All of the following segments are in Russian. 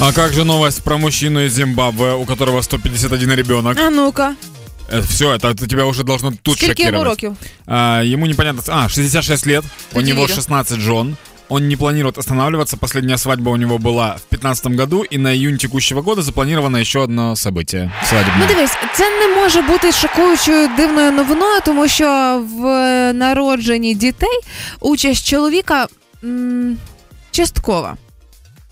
А как же новость про мужчину из Зимбабве, у которого 151 ребенок? А ну-ка. Все, это, это тебя уже должно тут Скільки йому шокировать. років? А, ему непонятно. А, 66 лет, у Люди него видят. 16 жен. Он не планирует останавливаться. Последняя свадьба у него была в 2015 году, и на июнь текущего года запланировано еще одно событие. Ну Свадебное. дивись, це не може бути шокуючою дивною новиною, тому що в е, народженні дітей участь чоловіка м, часткова.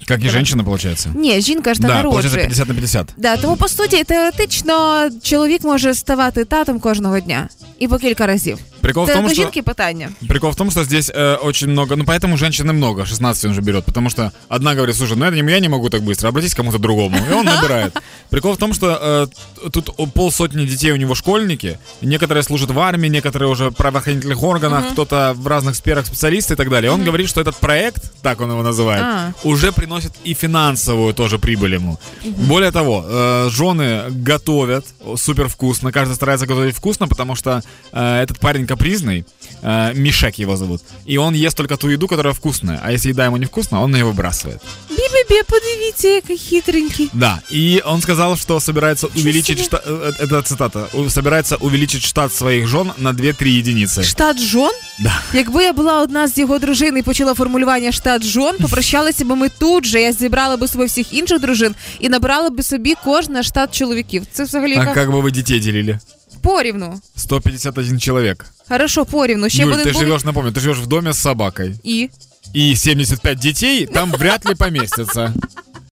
Как и женщина, получается. Ні, жінка ж та да, получается народжує. 50 на 50. Да, тому по суті, теоретично чоловік може ставати татом кожного дня і по кілька разів. Прикол Ну, в Це том, до что... жінки питання. Прикол в том, что здесь э, очень много, ну поэтому женщины много, 16 он же берет, потому что одна говорит, слушай, ну это не- я не могу так быстро, обратись к кому-то другому, и он набирает. Прикол в том, что э, тут о- полсотни детей у него школьники, некоторые служат в армии, некоторые уже в правоохранительных органах, кто-то в разных сферах специалисты и так далее. Он говорит, что этот проект, так он его называет, А. уже приносит и финансовую тоже прибыль ему. Более того, э, жены готовят супер вкусно, каждый старается готовить вкусно, потому что э, этот парень капризный, э, Мишек его зовут, и он ест только ту еду, которая вкусная, а если еда ему не вкусна, он ее выбрасывает. Бі-бі-бі, подивіться, який хитренький. Да, и он сказал, что собирается увеличить себе. штат, э, э, это цитата, «У- собирается увеличить штат своих жен на 2-3 единицы. Штат жон? Да. Якби я була одна з його дружин і почала формулювання штат жон, попрощалися б ми тут же. Я зібрала би собі всіх інших дружин і набрала би собі кожна штат чоловіків. Це взагалі А яка как бы вы детей делили? порівну. 151 человек. Хорошо, порівну. Ще б Юль, один ты був живешь, напомню, ты живешь в доме с собакой. і. и 75 детей там вряд ли поместятся.